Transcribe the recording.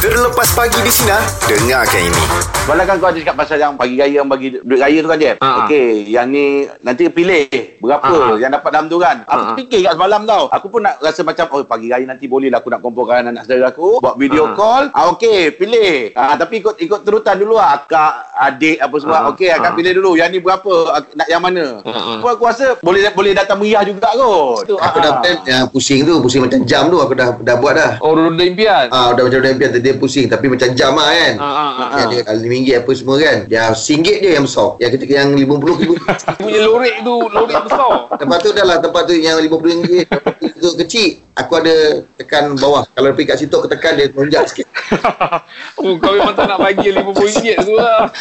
Terlepas pagi di sini Dengarkan ini Malah kan kau ada cakap pasal yang pagi raya yang bagi duit raya tu kan Jeb. Ha. Okey, yang ni nanti pilih berapa Ha. yang dapat dalam tu kan. Ha. Aku fikir kat semalam tau. Aku pun nak rasa macam oh pagi raya nanti boleh lah aku nak kumpulkan anak saudara aku, buat video Ha. call. Ah okey, pilih. Ah tapi ikut ikut turutan dulu lah akak, adik apa Ha. semua. Okey, akak Ha. pilih dulu yang ni berapa, ak- nak yang mana. Ha, ha. Aku aku rasa boleh boleh datang meriah juga kot. Tu, Aku ah. dah plan yang pusing tu, pusing macam jam tu aku dah dah buat dah. Oh, roda impian. Ah, dah macam dia impian dia pusing tapi macam jam lah kan. Ah, ah, ah. Yang dia kalau RM5 apa semua kan. Dia RM1 je yang besar. Yang ketika yang RM50 Dia punya lorek tu, lorek besar. Tempat tu dah lah tempat tu yang RM50 tu kecil. Aku ada tekan bawah. Kalau pergi kat situ aku tekan dia lonjak sikit. oh, kau memang tak nak bagi RM50 tu lah.